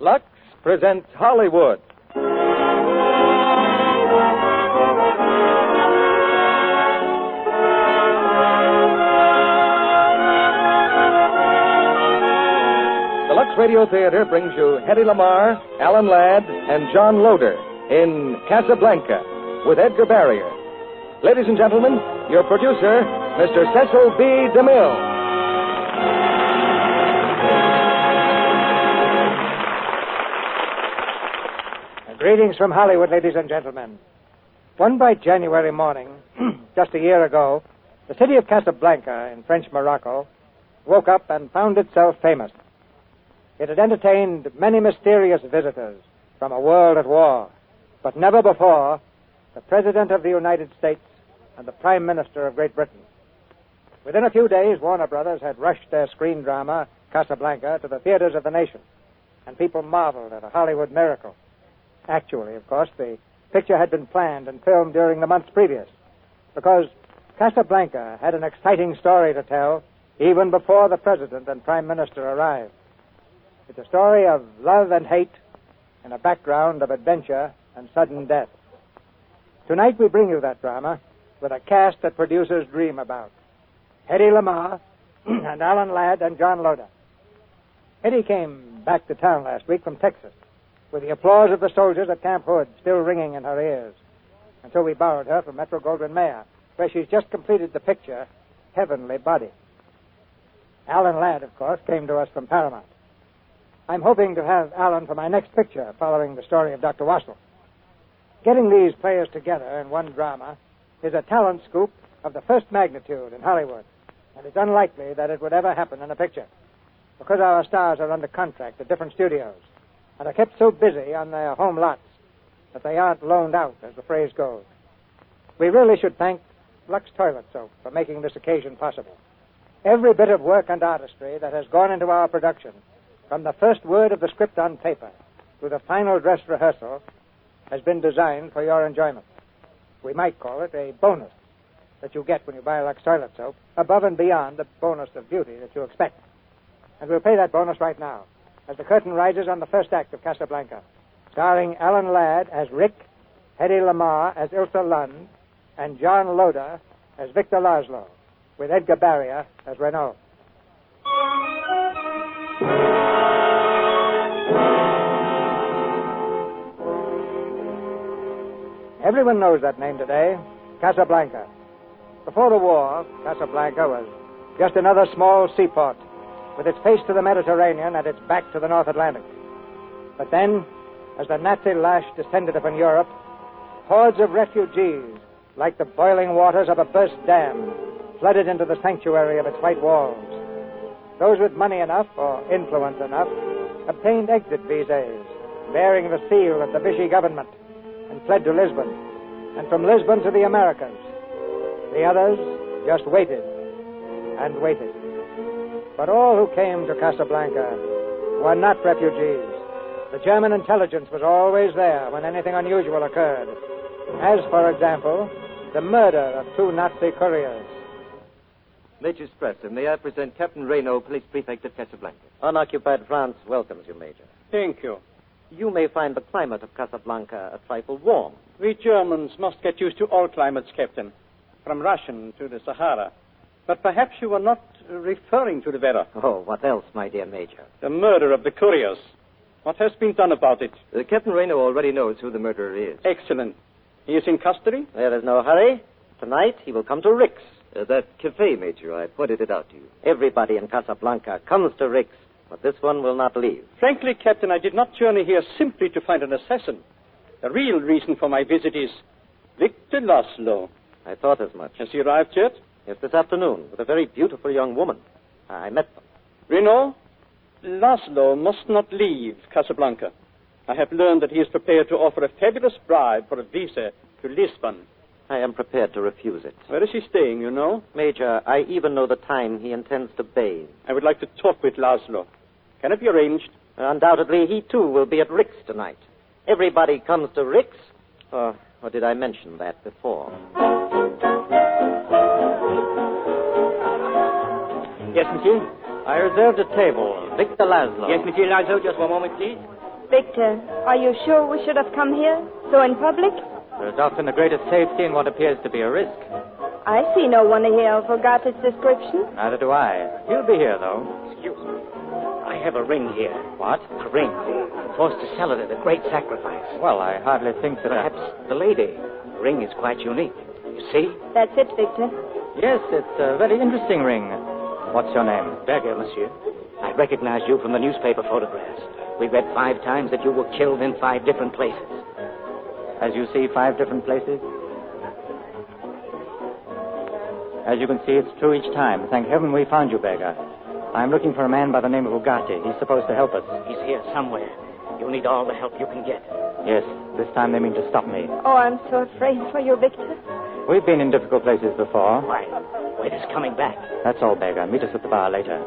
Lux presents Hollywood. The Lux Radio Theater brings you Hetty Lamar, Alan Ladd, and John Loder in Casablanca with Edgar Barrier. Ladies and gentlemen, your producer, Mr. Cecil B. DeMille. Greetings from Hollywood, ladies and gentlemen. One bright January morning, just a year ago, the city of Casablanca in French Morocco woke up and found itself famous. It had entertained many mysterious visitors from a world at war, but never before the President of the United States and the Prime Minister of Great Britain. Within a few days, Warner Brothers had rushed their screen drama, Casablanca, to the theaters of the nation, and people marveled at a Hollywood miracle. Actually, of course, the picture had been planned and filmed during the months previous because Casablanca had an exciting story to tell even before the president and prime minister arrived. It's a story of love and hate in a background of adventure and sudden death. Tonight we bring you that drama with a cast that producers dream about. Hetty Lamar and Alan Ladd and John Loder. Hetty came back to town last week from Texas with the applause of the soldiers at Camp Hood still ringing in her ears. And so we borrowed her from Metro Goldwyn Mayer, where she's just completed the picture, Heavenly Body. Alan Ladd, of course, came to us from Paramount. I'm hoping to have Alan for my next picture, following the story of Dr. Wassel. Getting these players together in one drama is a talent scoop of the first magnitude in Hollywood, and it's unlikely that it would ever happen in a picture, because our stars are under contract at different studios and are kept so busy on their home lots that they aren't loaned out, as the phrase goes. We really should thank Lux Toilet Soap for making this occasion possible. Every bit of work and artistry that has gone into our production, from the first word of the script on paper to the final dress rehearsal, has been designed for your enjoyment. We might call it a bonus that you get when you buy Lux Toilet Soap, above and beyond the bonus of beauty that you expect. And we'll pay that bonus right now as the curtain rises on the first act of Casablanca, starring Alan Ladd as Rick, Hetty Lamar as Ilsa Lund, and John Loder as Victor Laszlo, with Edgar Barrier as Renault. Everyone knows that name today, Casablanca. Before the war, Casablanca was just another small seaport with its face to the Mediterranean and its back to the North Atlantic. But then, as the Nazi lash descended upon Europe, hordes of refugees, like the boiling waters of a burst dam, flooded into the sanctuary of its white walls. Those with money enough or influence enough obtained exit visas bearing the seal of the Vichy government and fled to Lisbon, and from Lisbon to the Americas. The others just waited and waited. But all who came to Casablanca were not refugees. The German intelligence was always there when anything unusual occurred. As, for example, the murder of two Nazi couriers. Major Strasser, may I present Captain Reynaud, Police Prefect of Casablanca. Unoccupied France welcomes you, Major. Thank you. You may find the climate of Casablanca a trifle warm. We Germans must get used to all climates, Captain, from Russian to the Sahara. But perhaps you were not uh, referring to the weather, Oh, what else, my dear Major? the murder of the couriers. What has been done about it? Uh, Captain Reynaud already knows who the murderer is. Excellent. He is in custody? There is no hurry. Tonight he will come to Rick's. Uh, that cafe, Major, I pointed it out to you. Everybody in Casablanca comes to Rick's, but this one will not leave. Frankly, Captain, I did not journey here simply to find an assassin. The real reason for my visit is Victor Laszlo. I thought as much. Has he arrived yet? Yes, this afternoon with a very beautiful young woman. I met them. Renault, Laszlo must not leave Casablanca. I have learned that he is prepared to offer a fabulous bribe for a visa to Lisbon. I am prepared to refuse it. Where is he staying, you know? Major, I even know the time he intends to bathe. I would like to talk with Laszlo. Can it be arranged? Undoubtedly, he too will be at Rick's tonight. Everybody comes to Rick's. Uh, Or, or did I mention that before? Yes, monsieur. I reserved a table. Victor Laszlo. Yes, monsieur Lazo, just one moment, please. Victor, are you sure we should have come here? So in public? There's often the greatest safety in what appears to be a risk. I see no one here who forgot its description. Neither do I. He'll be here, though. Excuse me. I have a ring here. What? A ring. Forced to sell it at a great sacrifice. Well, I hardly think that I- Perhaps the lady. The ring is quite unique. You see? That's it, Victor. Yes, it's a very interesting ring. What's your name? Berger, monsieur. I recognized you from the newspaper photographs. We read five times that you were killed in five different places. As you see, five different places. As you can see, it's true each time. Thank heaven we found you, beggar. I'm looking for a man by the name of Ugati. He's supposed to help us. He's here somewhere. You'll need all the help you can get. Yes, this time they mean to stop me. Oh, I'm so afraid for you, Victor. We've been in difficult places before. Why? Wait, it's coming back. That's all, beggar. Meet us at the bar later.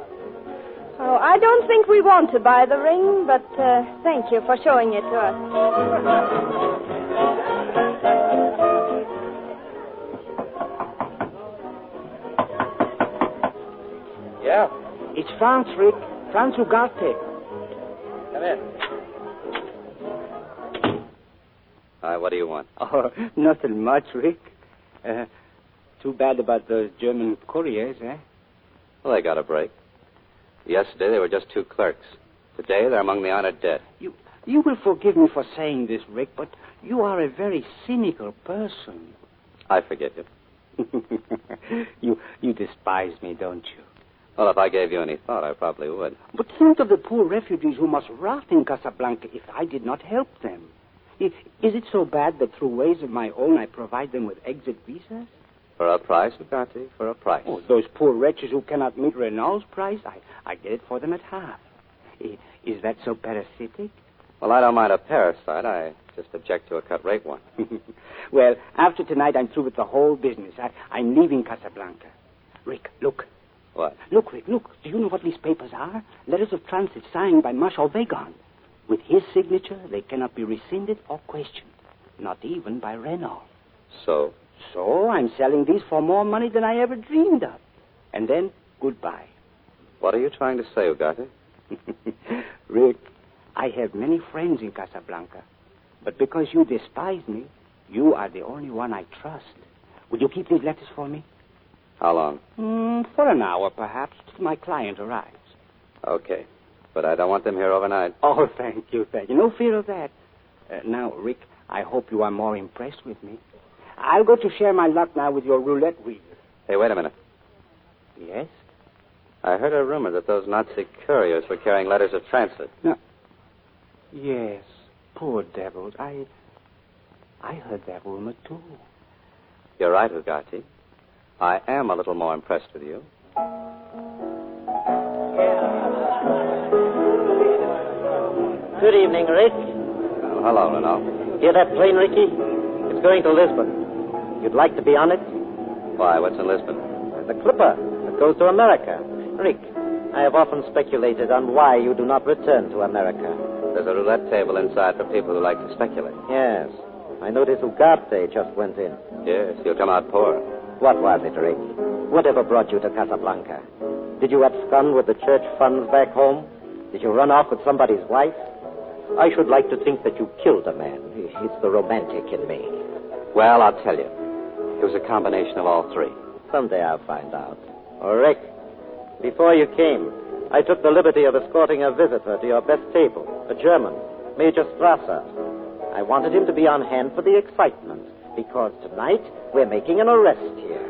Oh, I don't think we want to buy the ring, but uh, thank you for showing it to us. Yeah. It's France, Rick. France Ugarte. Come in. Hi, what do you want? Oh, nothing much, Rick. Uh, too bad about those German couriers, eh? Well, they got a break. Yesterday, they were just two clerks. Today, they're among the honored dead. You will forgive me for saying this, Rick, but you are a very cynical person. I forget you. you you despise me, don't you? Well, if I gave you any thought, I probably would. But think of the poor refugees who must rot in Casablanca if I did not help them. I- Is it so bad that through ways of my own I provide them with exit visas? For a price, Bugatti, for a price. Oh, those poor wretches who cannot meet Renault's price, I, I get it for them at half. I- Is that so parasitic? Well, I don't mind a parasite. I just object to a cut rate one. well, after tonight, I'm through with the whole business. I, I'm leaving Casablanca. Rick, look. What? Look, Rick, look. Do you know what these papers are? Letters of transit signed by Marshal Vagon. With his signature, they cannot be rescinded or questioned, not even by Renault. So, So I'm selling these for more money than I ever dreamed of. And then, goodbye. what are you trying to say, Ugarte? Rick, I have many friends in Casablanca, but because you despise me, you are the only one I trust. Will you keep these letters for me? How long? Mm, for an hour, perhaps, till my client arrives. Okay. But I don't want them here overnight. Oh, thank you, thank you. No fear of that. Uh, now, Rick, I hope you are more impressed with me. I'll go to share my luck now with your roulette wheel. Hey, wait a minute. Yes? I heard a rumor that those Nazi couriers were carrying letters of transit. Yes. Poor devils. I. I heard that rumor, too. You're right, Ugarte. I am a little more impressed with you. Good evening, Rick. Oh, hello, Renault. Hear that plane, Ricky? It's going to Lisbon. You'd like to be on it? Why, what's in Lisbon? The Clipper that goes to America. Rick, I have often speculated on why you do not return to America. There's a roulette table inside for people who like to speculate. Yes. I notice Ugarte just went in. Yes, you'll come out poor. What was it, Rick? Whatever brought you to Casablanca? Did you abscond with the church funds back home? Did you run off with somebody's wife? I should like to think that you killed a man. It's the romantic in me. Well, I'll tell you. It was a combination of all three. Someday I'll find out. Oh, Rick, before you came, I took the liberty of escorting a visitor to your best table, a German, Major Strasser. I wanted him to be on hand for the excitement, because tonight we're making an arrest here.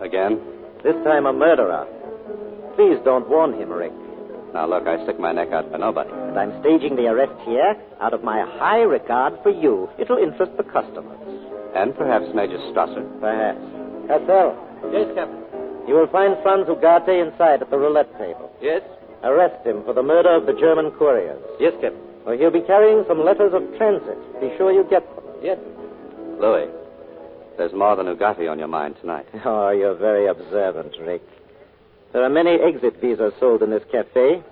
Again? This time a murderer. Please don't warn him, Rick. Now, look, I stick my neck out for nobody. And I'm staging the arrest here out of my high regard for you. It'll interest the customers. And perhaps Major Strasser. Perhaps. Cassell, Yes, Captain. you will find Franz Ugarte inside at the roulette table. Yes? Arrest him for the murder of the German couriers. Yes, Captain. Or he'll be carrying some letters of transit. Be sure you get them. Yes. Louis, there's more than Ugati on your mind tonight. Oh, you're very observant, Rick. There are many exit visas sold in this cafe,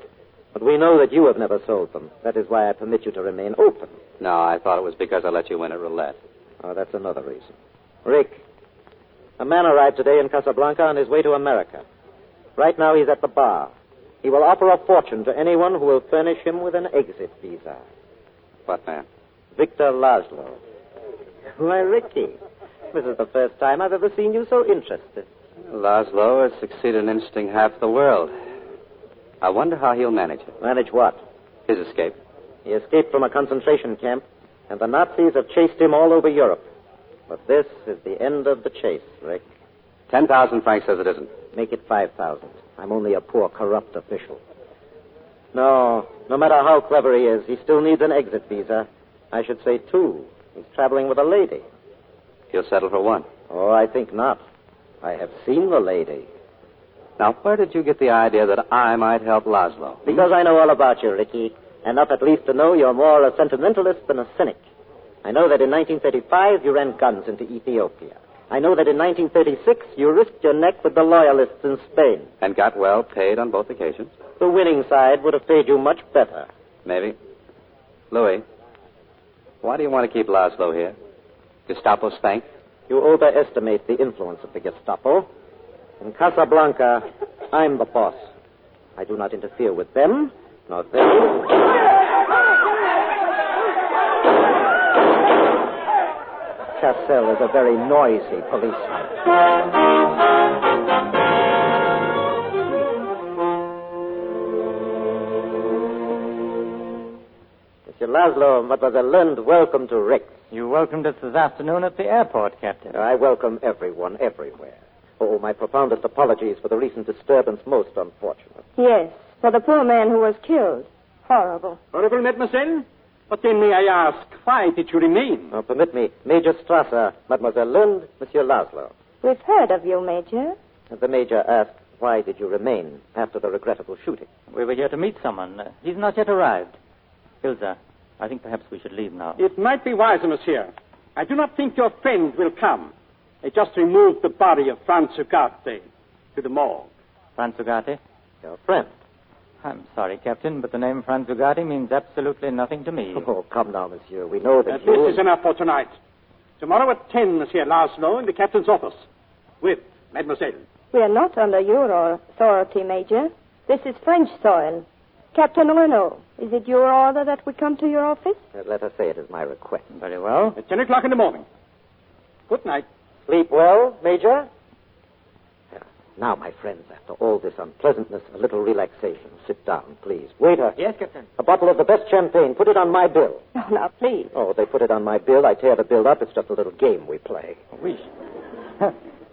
but we know that you have never sold them. That is why I permit you to remain open. No, I thought it was because I let you win at roulette. Oh, that's another reason. Rick, a man arrived today in Casablanca on his way to America. Right now he's at the bar. He will offer a fortune to anyone who will furnish him with an exit visa. What man? Victor Laszlo. Why, Ricky, this is the first time I've ever seen you so interested. Laszlo has succeeded in interesting half the world. I wonder how he'll manage it. Manage what? His escape. He escaped from a concentration camp, and the Nazis have chased him all over Europe. But this is the end of the chase, Rick. Ten thousand francs says it isn't. Make it 5,000. I'm only a poor, corrupt official. No, no matter how clever he is, he still needs an exit visa. I should say two. He's traveling with a lady. He'll settle for one. Oh, I think not. I have seen the lady. Now, where did you get the idea that I might help Laszlo? Because I know all about you, Ricky. Enough at least to know you're more a sentimentalist than a cynic. I know that in 1935 you ran guns into Ethiopia. I know that in 1936 you risked your neck with the loyalists in Spain. And got well paid on both occasions? The winning side would have paid you much better. Maybe. Louis, why do you want to keep Laszlo here? Gestapo's thank? You overestimate the influence of the Gestapo. In Casablanca, I'm the boss. I do not interfere with them, nor they. Cassell is a very noisy policeman. Monsieur Laszlo, what was a learned welcome to Rick. You welcomed us this afternoon at the airport, Captain. I welcome everyone, everywhere. Oh, my profoundest apologies for the recent disturbance, most unfortunate. Yes, for the poor man who was killed. Horrible. Honorable mademoiselle, but then may I ask, why did you remain? Now, permit me, Major Strasser, Mademoiselle Lund, Monsieur Laszlo. We've heard of you, Major. The Major asked, why did you remain after the regrettable shooting? We were here to meet someone. Uh, he's not yet arrived. Ilza, I think perhaps we should leave now. It might be wiser, monsieur. I do not think your friend will come. They just removed the body of Franz Ugarte to the morgue. Franz Ugarte? Your friend. I'm sorry, Captain, but the name Franz Ugarte means absolutely nothing to me. Oh, come now, Monsieur. We know that Uh, you... this is enough for tonight. Tomorrow at 10, Monsieur Laszlo, in the captain's office. With Mademoiselle. We are not under your authority, Major. This is French soil. Captain Renault, is it your order that we come to your office? Uh, Let us say it is my request. Very well. At 10 o'clock in the morning. Good night. Sleep well, Major? Yeah. Now, my friends, after all this unpleasantness, a little relaxation. Sit down, please. Waiter. Yes, Captain. A bottle of the best champagne. Put it on my bill. Oh, now, please. Oh, they put it on my bill. I tear the bill up. It's just a little game we play. We, sh-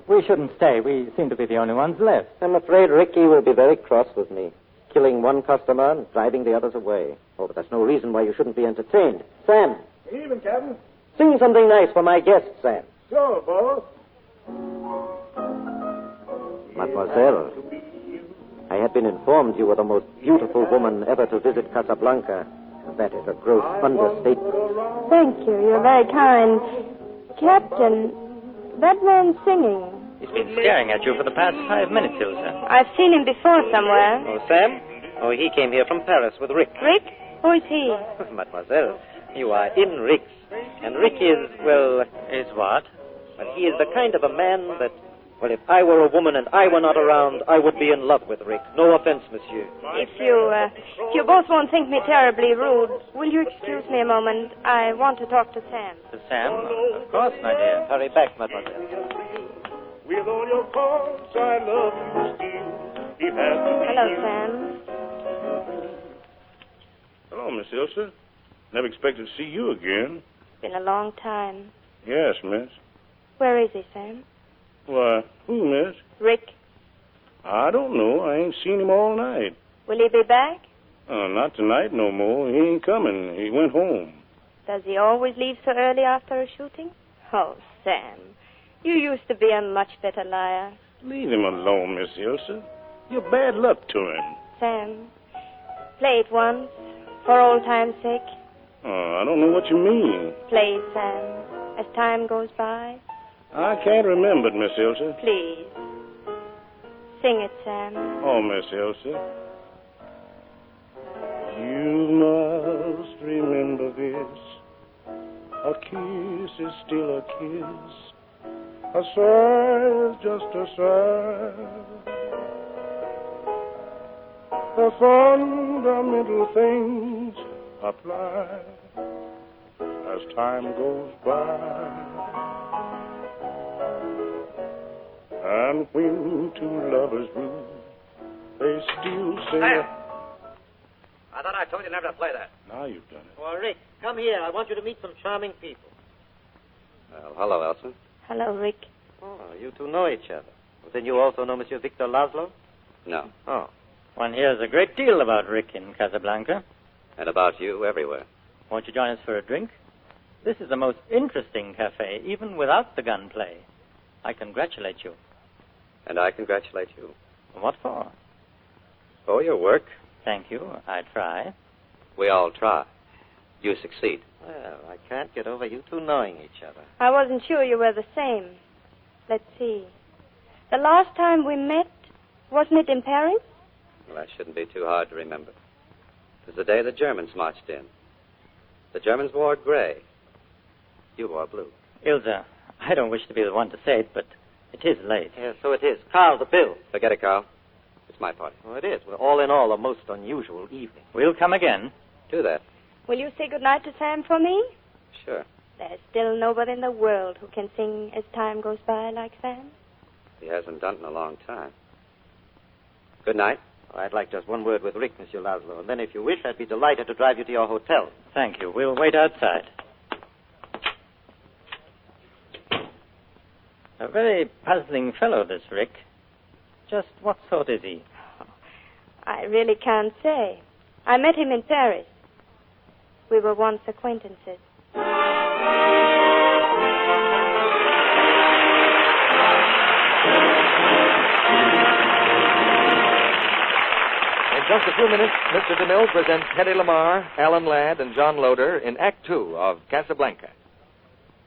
we shouldn't stay. We seem to be the only ones left. I'm afraid Ricky will be very cross with me. Killing one customer and driving the others away. Oh, but that's no reason why you shouldn't be entertained. Sam, Even, Captain. sing something nice for my guest, Sam. Sure, boss. Mademoiselle, I have been informed you were the most beautiful woman ever to visit Casablanca. That is a gross understatement. Thank you. You're very kind. Captain, that man's singing. He's been staring at you for the past five minutes, Ilsa. I've seen him before somewhere. Oh, Sam? Oh, he came here from Paris with Rick. Rick? Who is he? Mademoiselle, you are in Rick's. And Rick is, well, Is what? well, he is the kind of a man that, well, if I were a woman and I were not around, I would be in love with Rick. No offense, monsieur. If you, uh, if you both won't think me terribly rude, will you excuse me a moment? I want to talk to Sam. To Sam? Of course, my dear. Hurry back, mademoiselle. With all your faults, I love you still. It has to be Hello, you. Sam. Hello, Miss Ilsa. Never expected to see you again. Been a long time. Yes, Miss. Where is he, Sam? Why, who, Miss? Rick, I don't know. I ain't seen him all night. will he be back? Uh, not tonight no more. He ain't coming. He went home. Does he always leave so early after a shooting? Oh, Sam, you used to be a much better liar. Leave him alone, Miss Ilsa. You're bad luck to him. Sam, play it once, for old time's sake. Uh, I don't know what you mean. Play it, Sam, as time goes by. I can't remember it, Miss Ilsa. Please. Sing it, Sam. Oh, Miss Elsa. You must remember this. A kiss is still a kiss. A sigh is just a sigh. The fundamental things apply. as time goes by. And when two lovers meet, they still say, I thought I told you never to play that. Now you've done it. Well, Rick, come here. I want you to meet some charming people. Well, hello, Elsa. Hello, Rick. Oh, you two know each other. Well, then you also know Monsieur Victor Laszlo? No. Oh. One hears a great deal about Rick in Casablanca. And about you everywhere. Won't you join us for a drink? This is the most interesting cafe, even without the gunplay. I congratulate you. And I congratulate you. What for? Oh, your work. Thank you. Uh, I try. We all try. You succeed. Well, I can't get over you two knowing each other. I wasn't sure you were the same. Let's see. The last time we met, wasn't it in Paris? Well, that shouldn't be too hard to remember. It was the day the Germans marched in. The Germans wore gray. You wore blue. Ilza, I don't wish to be the one to say it, but it is late. Yes, so it is. Carl, the bill. Forget it, Carl. It's my party. Well, it is. Well, all in all, a most unusual evening. We'll come again. Do that. Will you say goodnight to Sam for me? Sure. There's still nobody in the world who can sing as time goes by like Sam. He hasn't done it in a long time. Good night. Oh, I'd like just one word with Rick, Monsieur Laszlo, and then if you wish, I'd be delighted to drive you to your hotel. Thank you. We'll wait outside. A very puzzling fellow, this Rick. Just what sort is he? I really can't say. I met him in Paris. We were once acquaintances. In just a few minutes, Mr. DeMille presents Hetty Lamar, Alan Ladd, and John Loder in Act Two of Casablanca.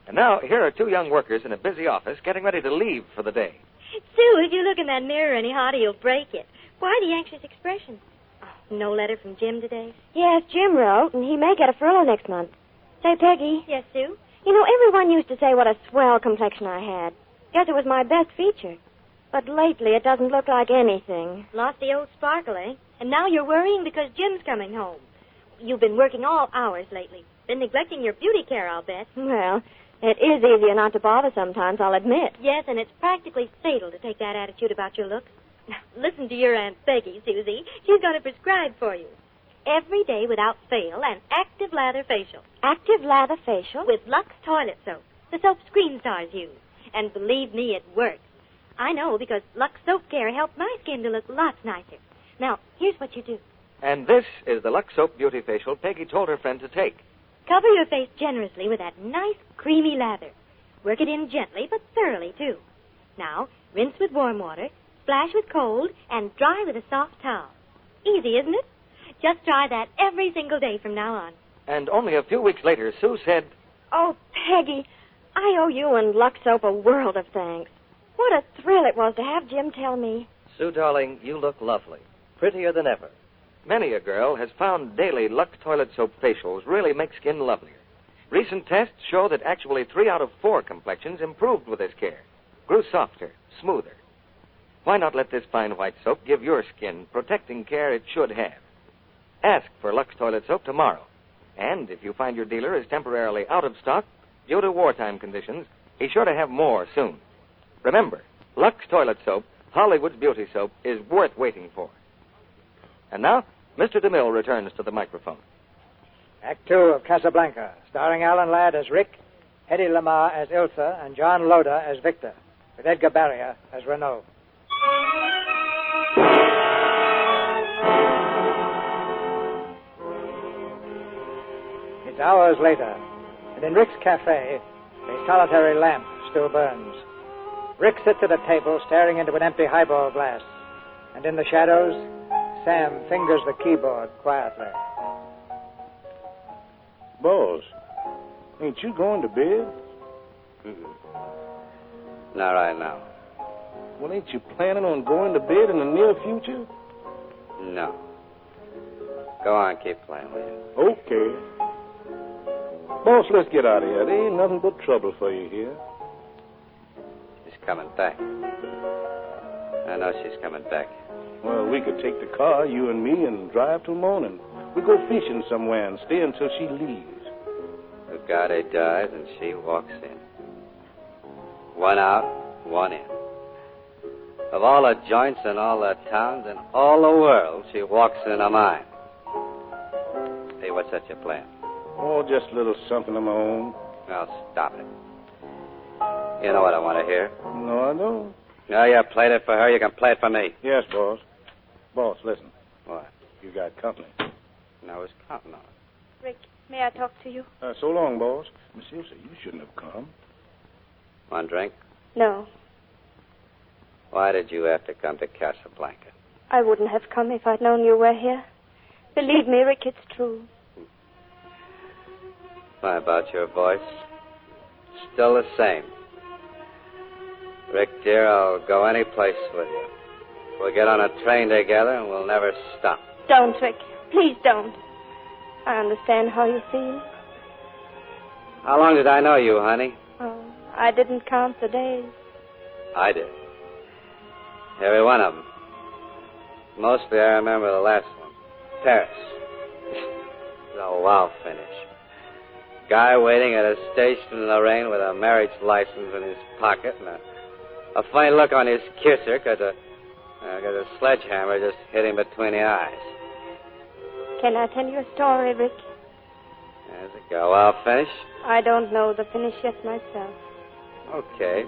And now, here are two young workers in a busy office getting ready to leave for the day. Sue, if you look in that mirror any harder, you'll break it. Why the anxious expression? Oh, no letter from Jim today? Yes, Jim wrote, and he may get a furlough next month. Say, Peggy. Yes, Sue? You know, everyone used to say what a swell complexion I had. Guess it was my best feature. But lately, it doesn't look like anything. Lost the old sparkle, eh? And now you're worrying because Jim's coming home. You've been working all hours lately. Been neglecting your beauty care, I'll bet. Well, it is easier not to bother sometimes, I'll admit. Yes, and it's practically fatal to take that attitude about your looks. Now, listen to your Aunt Peggy, Susie. She's going to prescribe for you. Every day without fail, an active lather facial. Active lather facial? With Lux toilet soap. The soap Screen Stars use. And believe me, it works. I know because Lux Soap Care helped my skin to look lots nicer. Now, here's what you do. And this is the Lux Soap Beauty Facial Peggy told her friend to take. Cover your face generously with that nice creamy lather. Work it in gently but thoroughly, too. Now, rinse with warm water, splash with cold, and dry with a soft towel. Easy, isn't it? Just try that every single day from now on. And only a few weeks later, Sue said, Oh, Peggy, I owe you and Lux Soap a world of thanks. What a thrill it was to have Jim tell me. Sue, darling, you look lovely. Prettier than ever. Many a girl has found daily Lux toilet soap facials really make skin lovelier. Recent tests show that actually three out of four complexions improved with this care, grew softer, smoother. Why not let this fine white soap give your skin protecting care it should have? Ask for Lux toilet soap tomorrow. And if you find your dealer is temporarily out of stock due to wartime conditions, he's sure to have more soon. Remember, Lux toilet soap, Hollywood's beauty soap, is worth waiting for. And now, Mr. DeMille returns to the microphone. Act two of Casablanca, starring Alan Ladd as Rick, Eddie Lamar as Ilsa, and John Loder as Victor, with Edgar Barrier as Renault. It's hours later, and in Rick's cafe, a solitary lamp still burns. Rick sits at a table staring into an empty highball glass, and in the shadows, Sam fingers the keyboard quietly. Boss, ain't you going to bed? Not right now. Well, ain't you planning on going to bed in the near future? No. Go on, keep playing, will you? Oh. Okay. Boss, let's get out of here. There ain't nothing but trouble for you here. She's coming back. I know she's coming back. Well, we could take the car, you and me, and drive till morning. We go fishing somewhere and stay until she leaves. We'll Friday dies and she walks in. One out, one in. Of all the joints in all the towns in all the world, she walks into mine. Hey, what's that you're playing? Oh, just a little something of my own. Now, stop it. You know what I want to hear. No, I don't. Now you played it for her, you can play it for me. Yes, boss. Boss, listen. What? You got company. And I was counting on it. Rick, may I talk to you? Uh, so long, boss. Miss Ilse, you shouldn't have come. One drink? No, Why did you have to come to Casablanca? I wouldn't have come if I'd known you were here. Believe me, Rick, it's true. Why about your voice? Still the same. Rick, dear, I'll go any place with you. We'll get on a train together and we'll never stop. Don't, Rick. Please don't. I understand how you feel. How long did I know you, honey? Oh, I didn't count the days. I did. Every one of them. Mostly I remember the last one Paris. the wow finish. Guy waiting at a station in the rain with a marriage license in his pocket and a, a funny look on his kisser because a, uh, 'cause a sledgehammer just hit him between the eyes. Can I tell you a story, Rick? There's a go. Wow finish? I don't know the finish yet myself. Okay.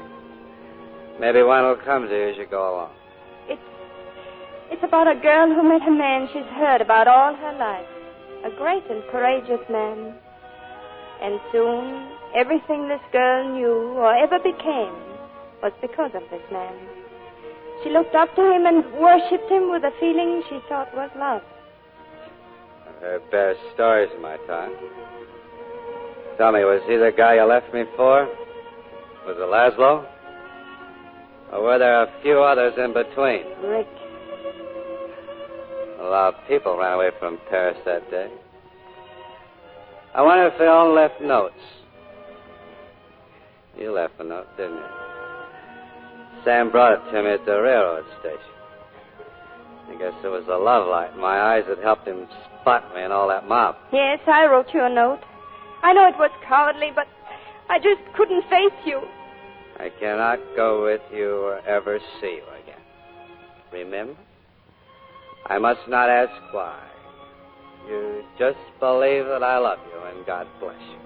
Maybe one will come to you as you go along. It's about a girl who met a man she's heard about all her life. A great and courageous man. And soon, everything this girl knew or ever became was because of this man. She looked up to him and worshipped him with a feeling she thought was love. I've heard better stories in my time. Tell me, was he the guy you left me for? Was it Laszlo? Or were there a few others in between? Rick, A lot of people ran away from Paris that day. I wonder if they all left notes. You left a note, didn't you? Sam brought it to me at the railroad station. I guess it was the love light in my eyes that helped him spot me in all that mob. yes, I wrote you a note. I know it was cowardly, but I just couldn't face you. I cannot go with you or ever see you again. Remember? I must not ask why. You just believe that I love you and God bless you.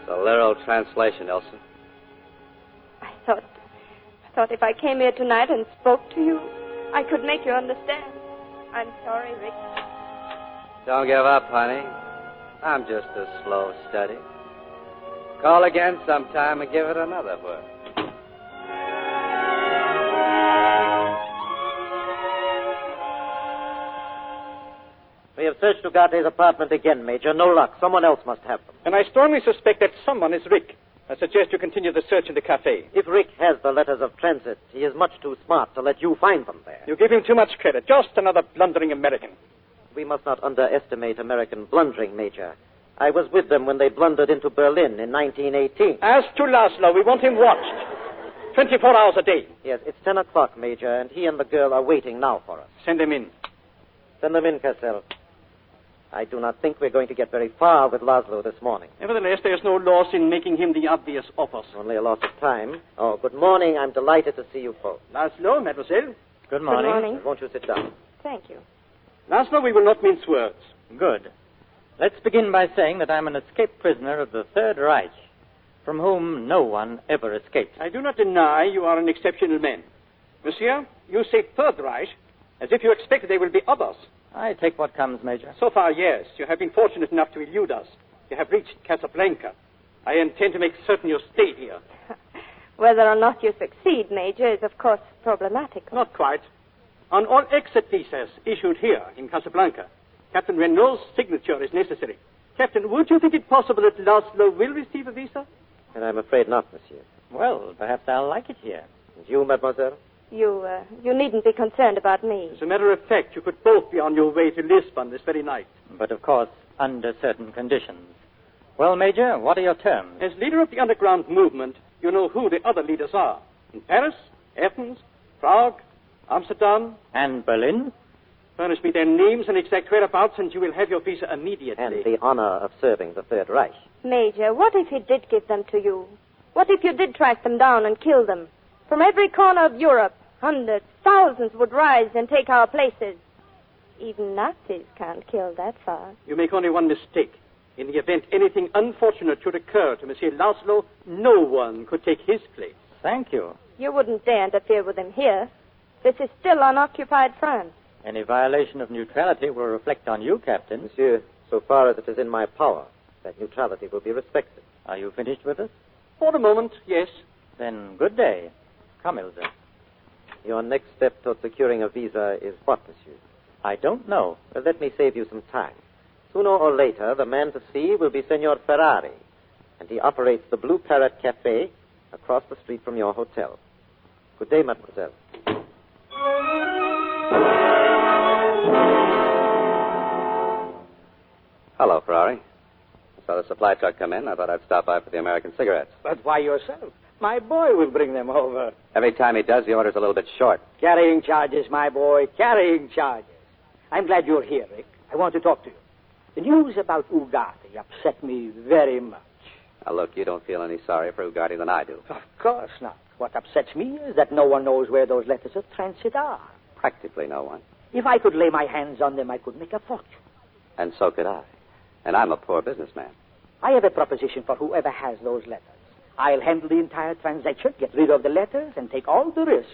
It's a literal translation, Elson. I thought, I thought if I came here tonight and spoke to you, I could make you understand. I'm sorry, Rick. Don't give up, honey. I'm just a slow study. Call again sometime and give it another whirl. We have searched Ugate's apartment again, Major. No luck. Someone else must have them. And I strongly suspect that someone is Rick. I suggest you continue the search in the cafe. If Rick has the letters of transit, he is much too smart to let you find them there. You give him too much credit. Just another blundering American. We must not underestimate American blundering, Major. I was with them when they blundered into Berlin in 1918. As to Laszlo, we want him watched. 24 hours a day. Yes, it's 10 o'clock, Major, and he and the girl are waiting now for us. Send him in. Send them in, Cassell. I do not think we're going to get very far with Laszlo this morning. Nevertheless, there is no loss in making him the obvious offer. Only a loss of time. Oh, good morning. I'm delighted to see you both. Laszlo, mademoiselle. Good morning. morning. Won't you sit down? Thank you. Laszlo, we will not mince words. Good. Let's begin by saying that I'm an escaped prisoner of the Third Reich, from whom no one ever escapes. I do not deny you are an exceptional man. Monsieur, you say Third Reich as if you expect there will be others. I take what comes, Major. So far, yes. You have been fortunate enough to elude us. You have reached Casablanca. I intend to make certain you stay here. Whether or not you succeed, Major, is of course problematic. Not quite. On all exit visas issued here in Casablanca, Captain Renault's signature is necessary. Captain, would you think it possible that Laszlo will receive a visa? And I'm afraid not, monsieur. Well, perhaps I'll like it here. And you, mademoiselle? You, uh, you needn't be concerned about me. As a matter of fact, you could both be on your way to Lisbon this very night. But of course, under certain conditions. Well, Major, what are your terms? As leader of the underground movement, you know who the other leaders are. In Paris, Athens, Prague, Amsterdam, And Berlin? Furnish me their names and exact whereabouts, and you will have your visa immediately. And the honor of serving the Third Reich. Major, what if he did give them to you? What if you did track them down and kill them? From every corner of Europe, hundreds, thousands would rise and take our places. Even Nazis can't kill that far. You make only one mistake. In the event anything unfortunate should occur to Monsieur Laszlo, no one could take his place. Thank you. You wouldn't dare interfere with them here. This is still unoccupied France. Any violation of neutrality will reflect on you, Captain. Monsieur, so far as it is in my power, that neutrality will be respected. Are you finished with us? For the moment, yes. Then good day. Come, Ilza. Your next step toward securing a visa is what, monsieur? I don't know. Well, let me save you some time. Sooner or later, the man to see will be Senor Ferrari, and he operates the Blue Parrot Cafe across the street from your hotel. Good day, mademoiselle. Hello, Ferrari. I saw the supply truck come in. I thought I'd stop by for the American cigarettes. But why yourself? My boy will bring them over. Every time he does, the order's a little bit short. Carrying charges, my boy, carrying charges. I'm glad you're here, Rick. I want to talk to you. The news about Ugarte upset me very much. Now, look, you don't feel any sorry for Ugarte than I do. Of course not. What upsets me is that no one knows where those letters of transit are. Practically no one. If I could lay my hands on them, I could make a fortune. And so could I. And I'm a poor businessman. I have a proposition for whoever has those letters. I'll handle the entire transaction, get rid of the letters, and take all the risk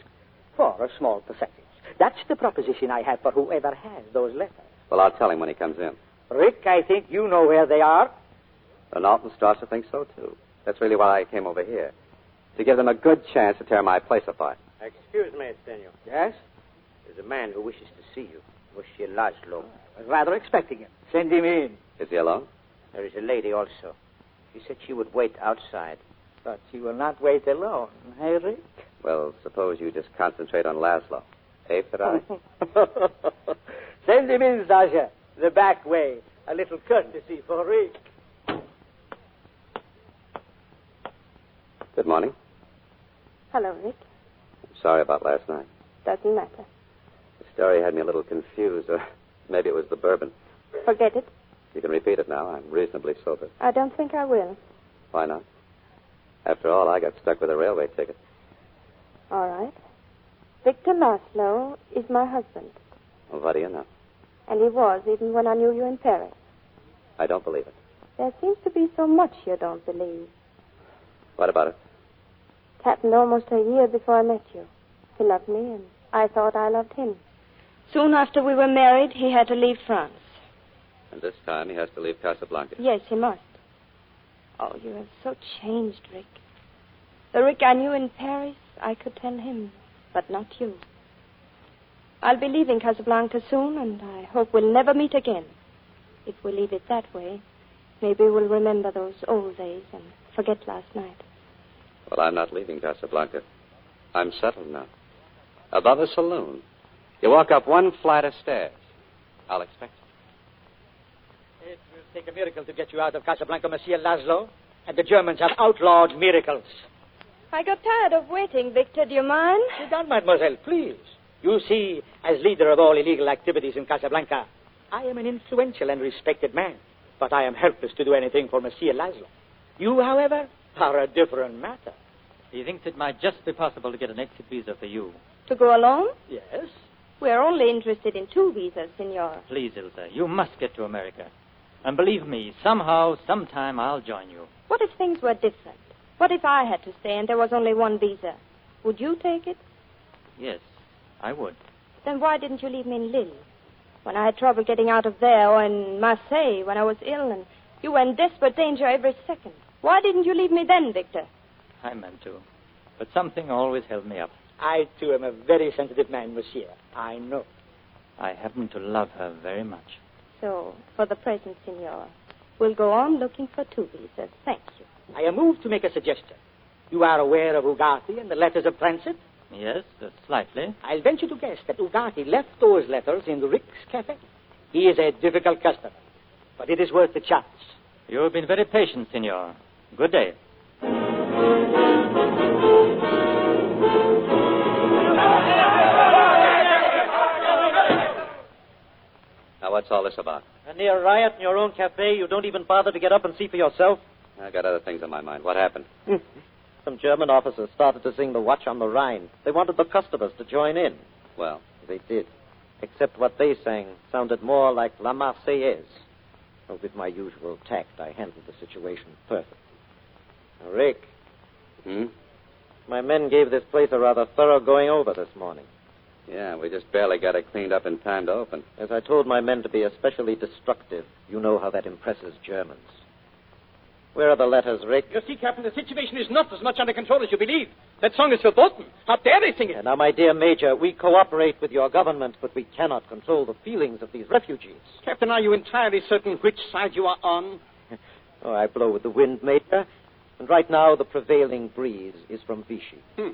for a small percentage. That's the proposition I have for whoever has those letters. Well, I'll tell him when he comes in. Rick, I think you know where they are. And Alton Strasser thinks so, too. That's really why I came over here. To give them a good chance to tear my place apart. Excuse me, Senor. Yes? There's a man who wishes to see you. Monsieur Laszlo. I was rather expecting him. Send him in. Is he alone? There is a lady also. She said she would wait outside. But she will not wait alone, hey, Rick? Well, suppose you just concentrate on Laszlo. Eh, Ferrari? Send him in, Sasha. The back way. A little courtesy for Rick. Good morning. Hello, Rick. I'm sorry about last night. Doesn't matter. The story had me a little confused, or maybe it was the bourbon. Forget it. You can repeat it now. I'm reasonably sober. I don't think I will. Why not? After all, I got stuck with a railway ticket. All right. Victor Laszlo is my husband. Well, what do you know? And he was even when I knew you in Paris. I don't believe it. There seems to be so much you don't believe. What about it? It happened almost a year before I met you. He loved me, and I thought I loved him. Soon after we were married, he had to leave France. And this time he has to leave Casablanca. Yes, he must. Oh, you have so changed, Rick. The Rick I knew in Paris, I could tell him, but not you. I'll be leaving Casablanca soon, and I hope we'll never meet again. If we leave it that way, maybe we'll remember those old days and forget last night. Well, I'm not leaving Casablanca. I'm settled now. Above a saloon. You walk up one flight of stairs. I'll expect you. It will take a miracle to get you out of Casablanca, Monsieur Laszlo. And the Germans have outlawed miracles. I got tired of waiting, Victor. Do you mind? Sit down, mademoiselle, please. You see, as leader of all illegal activities in Casablanca, I am an influential and respected man. But I am helpless to do anything for Monsieur Laszlo. You, however, are a different matter. He thinks it might just be possible to get an exit visa for you. To go alone? Yes. We're only interested in two visas, Signor. Please, Ilza, you must get to America. And believe me, somehow, sometime, I'll join you. What if things were different? What if I had to stay and there was only one visa? Would you take it? Yes, I would. Then why didn't you leave me in Lille? When I had trouble getting out of there, or in Marseille when I was ill, and you were in desperate danger every second. Why didn't you leave me then, Victor? I meant to. But something always held me up. I, too, am a very sensitive man, monsieur. I know. I happen to love her very much. So, for the present, Signor, we'll go on looking for two visas. Thank you. I am moved to make a suggestion. You are aware of Ugarte and the letters of transit? Yes, uh, slightly. I'll venture to guess that Ugarte left those letters in Rick's cafe. He is a difficult customer, but it is worth the chance. You have been very patient, Signor. Good day. Now, what's all this about? A near riot in your own cafe. You don't even bother to get up and see for yourself. I got other things on my mind. What happened? Some German officers started to sing the Watch on the Rhine. They wanted the customers to join in. Well, They did. Except what they sang sounded more like La Marseillaise. So with my usual tact, I handled the situation perfectly. Now, Rick, hmm? my men gave this place a rather thorough going over this morning. Yeah, we just barely got it cleaned up in time to open. As I told my men to be especially destructive, you know how that impresses Germans. Where are the letters, Rick? You see, Captain, the situation is not as much under control as you believe. That song is verboten. How dare they sing it? And now, my dear Major, we cooperate with your government, but we cannot control the feelings of these refugees. Captain, are you entirely certain which side you are on? Oh, I blow with the wind, Major. And right now, the prevailing breeze is from Vichy. Hmm.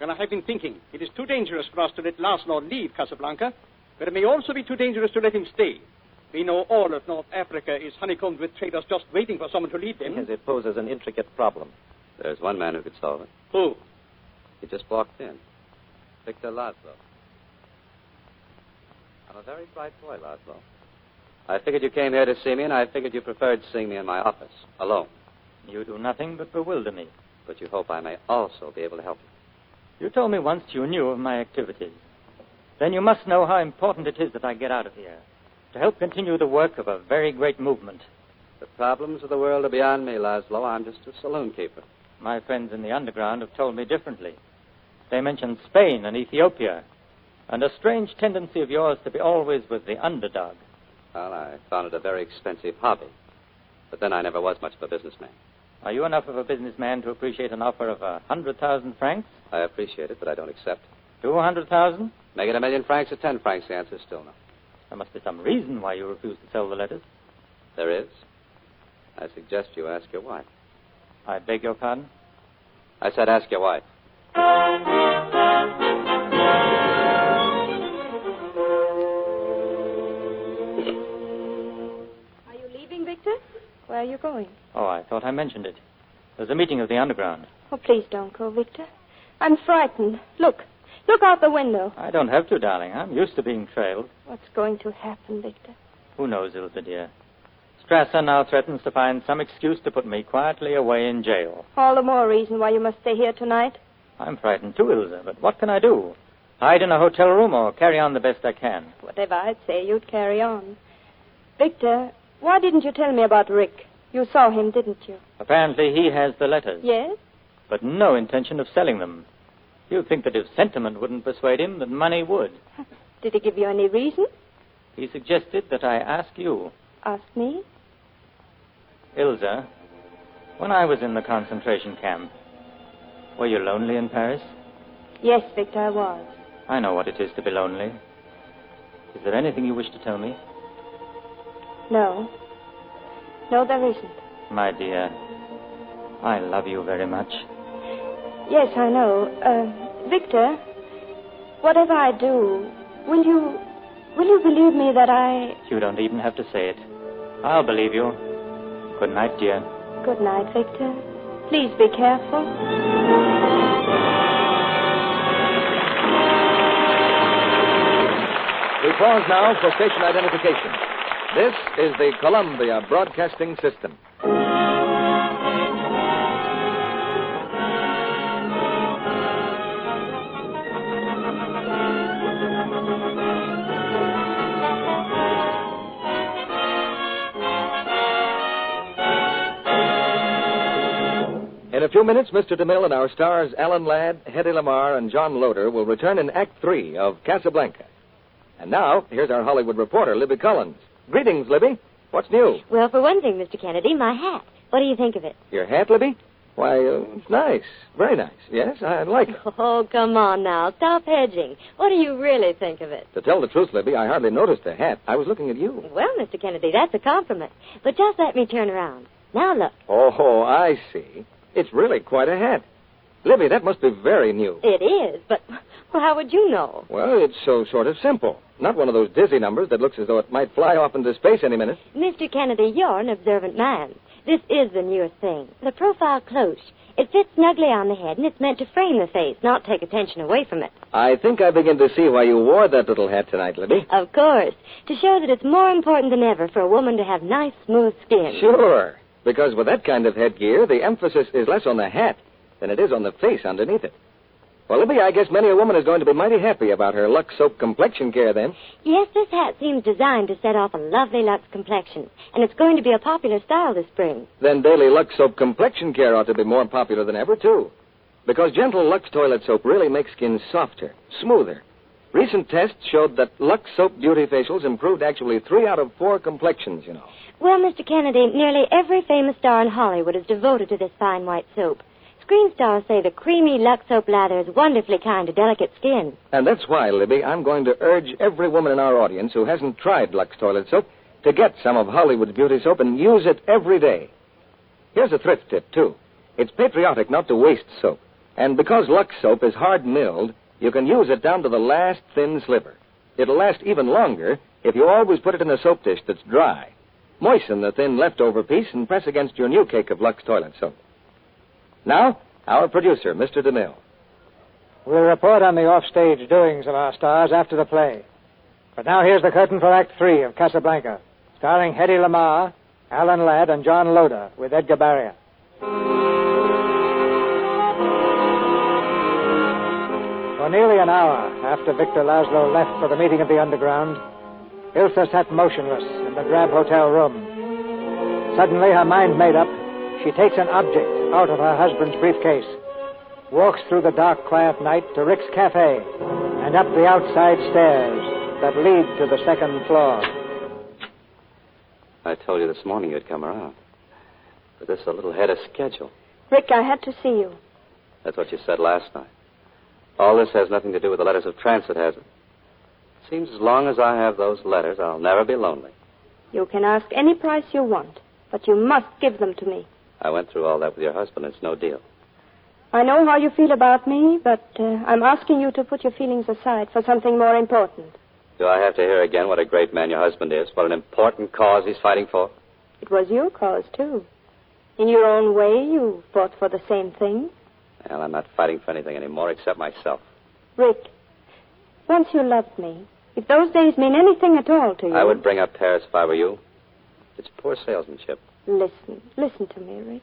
Well, I have been thinking. It is too dangerous for us to let Laszlo leave Casablanca, but it may also be too dangerous to let him stay. We know all of North Africa is honeycombed with traitors just waiting for someone to lead them. Yes, it poses an intricate problem. There's one man who could solve it. Who? He just walked in. Victor Laszlo. I'm a very bright boy, Laszlo. I figured you came here to see me, and I figured you preferred seeing me in my office, alone. You do nothing but bewilder me. But you hope I may also be able to help you. You told me once you knew of my activities. Then you must know how important it is that I get out of here to help continue the work of a very great movement. The problems of the world are beyond me, Laszlo. I'm just a saloon keeper. My friends in the underground have told me differently. They mentioned Spain and Ethiopia, and a strange tendency of yours to be always with the underdog. Well, I found it a very expensive hobby. But then I never was much of a businessman. Are you enough of a businessman to appreciate an offer of a hundred thousand francs? I appreciate it, but I don't accept. Two hundred thousand? Make it a million francs or ten francs, the answer's still no. There must be some reason why you refuse to sell the letters. There is. I suggest you ask your wife. I beg your pardon? I said ask your wife. Are you leaving, Victor? Where are you going? Oh, I thought I mentioned it. There's a meeting of the underground. Oh, please don't go, Victor. I'm frightened. Look. Look out the window. I don't have to, darling. I'm used to being trailed. What's going to happen, Victor? Who knows, Ilse, dear? Strasser now threatens to find some excuse to put me quietly away in jail. All the more reason why you must stay here tonight. I'm frightened too, Ilse, but what can I do? Hide in a hotel room or carry on the best I can. Whatever I'd say, you'd carry on. Victor, why didn't you tell me about Rick? You saw him, didn't you? Apparently, he has the letters, Yes? but no intention of selling them. You'd think that if sentiment wouldn't persuade him, that money would. Did he give you any reason? He suggested that I ask you. Ask me? Ilza, when I was in the concentration camp, were you lonely in Paris? Yes, Victor, I was. I know what it is to be lonely. Is there anything you wish to tell me? No. No, there isn't. My dear, I love you very much. Yes, I know. Uh, Victor, whatever I do, will you. Will you believe me that I. You don't even have to say it. I'll believe you. Good night, dear. Good night, Victor. Please be careful. We pause now for station identification. This is the Columbia Broadcasting System. In a few minutes, Mr. DeMille and our stars Alan Ladd, Hedy Lamar, and John Loder will return in Act Three of Casablanca. And now, here's our Hollywood reporter, Libby Collins. Greetings, Libby. What's new? Well, for one thing, Mr. Kennedy, my hat. What do you think of it? Your hat, Libby? Why, uh, it's nice. Very nice. Yes, I like it. Oh, come on now. Stop hedging. What do you really think of it? To tell the truth, Libby, I hardly noticed the hat. I was looking at you. Well, Mr. Kennedy, that's a compliment. But just let me turn around. Now look. Oh, I see. It's really quite a hat. Libby, that must be very new. It is, but well, how would you know? Well, it's so sort of simple. Not one of those dizzy numbers that looks as though it might fly off into space any minute. Mr. Kennedy, you're an observant man. This is the newest thing. The profile cloche. It fits snugly on the head, and it's meant to frame the face, not take attention away from it. I think I begin to see why you wore that little hat tonight, Libby. Of course, to show that it's more important than ever for a woman to have nice, smooth skin. Sure, because with that kind of headgear, the emphasis is less on the hat than it is on the face underneath it. Well, Libby, I guess many a woman is going to be mighty happy about her Lux Soap complexion care then. Yes, this hat seems designed to set off a lovely Lux complexion, and it's going to be a popular style this spring. Then daily Lux Soap complexion care ought to be more popular than ever, too. Because gentle Lux toilet soap really makes skin softer, smoother. Recent tests showed that Lux Soap Beauty Facials improved actually three out of four complexions, you know. Well, Mr. Kennedy, nearly every famous star in Hollywood is devoted to this fine white soap. Screen stars say the creamy Lux soap lather is wonderfully kind to delicate skin. And that's why, Libby, I'm going to urge every woman in our audience who hasn't tried Lux toilet soap to get some of Hollywood's beauty soap and use it every day. Here's a thrift tip, too. It's patriotic not to waste soap. And because Lux soap is hard milled, you can use it down to the last thin sliver. It'll last even longer if you always put it in a soap dish that's dry. Moisten the thin leftover piece and press against your new cake of Lux toilet soap. Now, our producer, Mr. DeMille. We'll report on the offstage doings of our stars after the play. But now here's the curtain for Act Three of Casablanca, starring Hedy Lamarr, Alan Ladd, and John Loder, with Edgar Barrier. For nearly an hour after Victor Laszlo left for the meeting of the Underground, Ilsa sat motionless in the drab hotel room. Suddenly, her mind made up, she takes an object out of her husband's briefcase, walks through the dark, quiet night to Rick's cafe, and up the outside stairs that lead to the second floor. I told you this morning you'd come around. But this is a little ahead of schedule. Rick, I had to see you. That's what you said last night. All this has nothing to do with the letters of transit, has it? Seems as long as I have those letters, I'll never be lonely. You can ask any price you want, but you must give them to me. I went through all that with your husband. It's no deal. I know how you feel about me, but uh, I'm asking you to put your feelings aside for something more important. Do I have to hear again what a great man your husband is? What an important cause he's fighting for? It was your cause, too. In your own way, you fought for the same thing. Well, I'm not fighting for anything anymore except myself. Rick, once you loved me, if those days mean anything at all to you. I would bring up Paris if I were you. It's poor salesmanship. Listen, listen to me, Rick.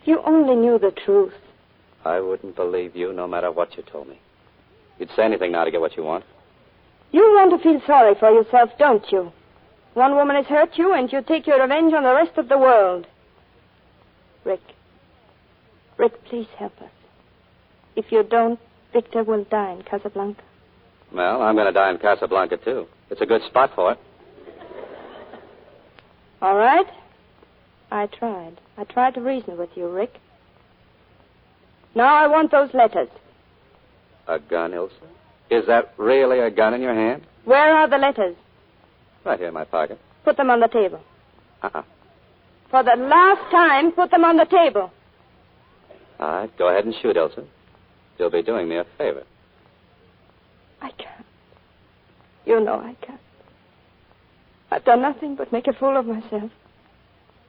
If you only knew the truth. I wouldn't believe you no matter what you told me. You'd say anything now to get what you want. You want to feel sorry for yourself, don't you? One woman has hurt you, and you take your revenge on the rest of the world. Rick. Rick, please help us. If you don't, Victor will die in Casablanca. Well, I'm going to die in Casablanca, too. It's a good spot for it. All right. I tried. I tried to reason with you, Rick. Now I want those letters. A gun, Ilsa? Is that really a gun in your hand? Where are the letters? Right here in my pocket. Put them on the table. Uh-uh. For the last time, put them on the table. All right, go ahead and shoot, Ilsa. You'll be doing me a favor. I can't. You know I can't. I've done nothing but make a fool of myself.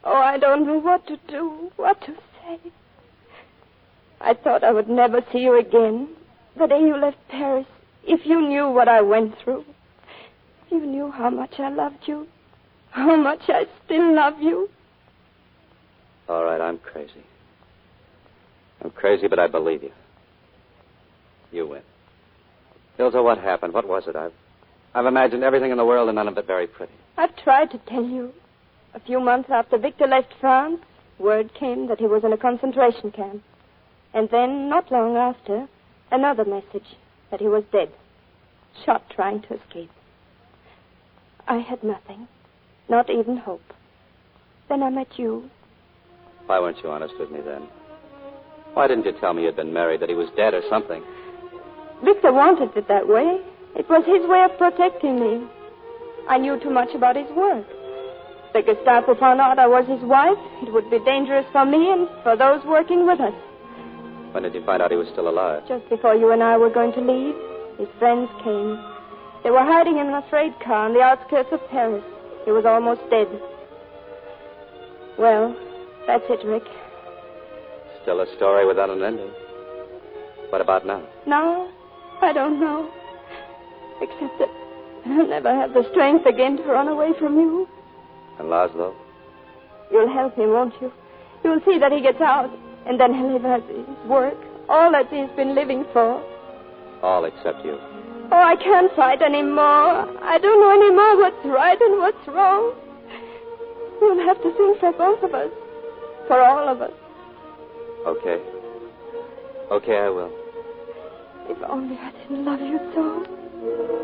Oh, I don't know what to do, what to say. I thought I would never see you again. The day you left Paris, if you knew what I went through, if you knew how much I loved you, how much I still love you. All right, I'm crazy. I'm crazy, but I believe you. You win. Ilza, what happened? What was it? I've, I've imagined everything in the world and none of it very pretty. I've tried to tell you. A few months after Victor left France, word came that he was in a concentration camp. And then, not long after, another message that he was dead, shot trying to escape. I had nothing, not even hope. Then I met you. Why weren't you honest with me then? Why didn't you tell me you'd been married, that he was dead or something? Victor wanted it that way. It was his way of protecting me. I knew too much about his work. If the Gestapo found out I was his wife, it would be dangerous for me and for those working with us. When did you find out he was still alive? Just before you and I were going to leave, his friends came. They were hiding him in a freight car on the outskirts of Paris. He was almost dead. Well, that's it, Rick. Still a story without an ending. What about now? Now, I don't know. Except that I'll never have the strength again to run away from you. And Laszlo? You'll help me, won't you? You'll see that he gets out, and then he'll have his work, all that he's been living for. All except you. Oh, I can't fight anymore. I don't know anymore what's right and what's wrong. You'll have to think for both of us, for all of us. Okay. Okay, I will. If only I didn't love you so.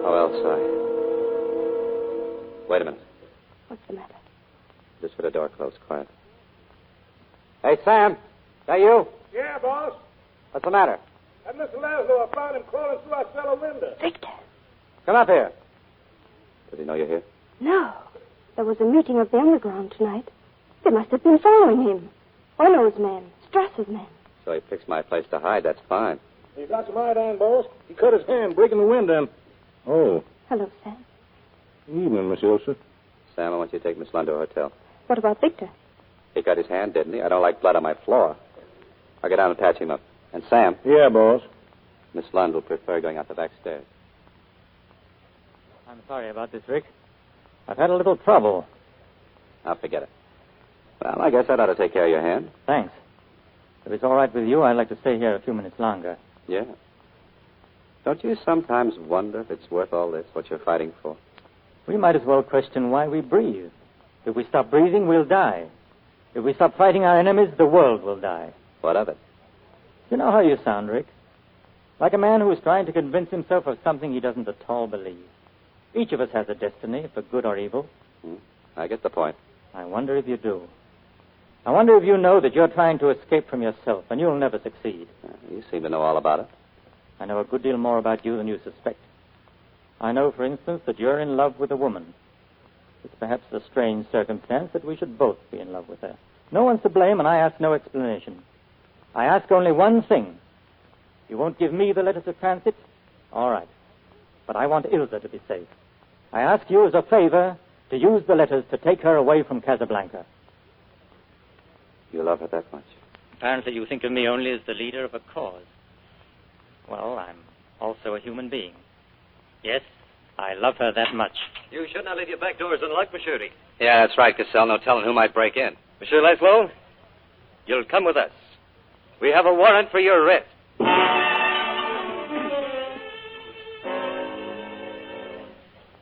How else I? Wait a minute. What's the matter? Just for the door closed. Quiet. Hey, Sam, is that you? Yeah, boss. What's the matter? And Mr. Laszlo, I found him crawling through our cellar window. Victor. Come up here. Does he know you're here? No. There was a meeting of the underground tonight. They must have been following him. Ono's men, Strasser's men. So he picks my place to hide. That's fine. He's got some iodine, boss. He cut his hand breaking the window. And... Oh, Hello, Sam. evening, Miss Ilsa. Sam, I want you to take Miss Lund to a hotel. What about Victor? He cut his hand, didn't he? I don't like blood on my floor. I'll go down and patch him up. And Sam, Yeah, boss. Miss Lund will prefer going out the back stairs. I'm sorry about this, Rick. I've had a little trouble. Now Ah, forget it. Well, I guess that ought to take care of your hand. Thanks. If it's all right with you, I'd like to stay here a few minutes longer. Yeah. Don't you sometimes wonder if it's worth all this, what you're fighting for? We might as well question why we breathe. If we stop breathing, we'll die. If we stop fighting our enemies, the world will die. What of it? You know how you sound, Rick. Like a man who is trying to convince himself of something he doesn't at all believe. Each of us has a destiny, for good or evil. Hmm. I get the point. I wonder if you do. I wonder if you know that you're trying to escape from yourself, and you'll never succeed. Uh, You seem to know all about it. I know a good deal more about you than you suspect. I know, for instance, that you're in love with a woman. It's perhaps a strange circumstance that we should both be in love with her. No one's to blame, and I ask no explanation. I ask only one thing. You won't give me the letters of transit? All right. But I want Ilza to be safe. I ask you as a favor to use the letters to take her away from Casablanca. You love her that much. Apparently, you think of me only as the leader of a cause. Well, I'm also a human being. Yes, I love her that much. You should not leave your back doors unlocked, Monsieur. Dick. Yeah, that's right, Cassell. No telling who might break in. Monsieur Laszlo, you'll come with us. We have a warrant for your arrest.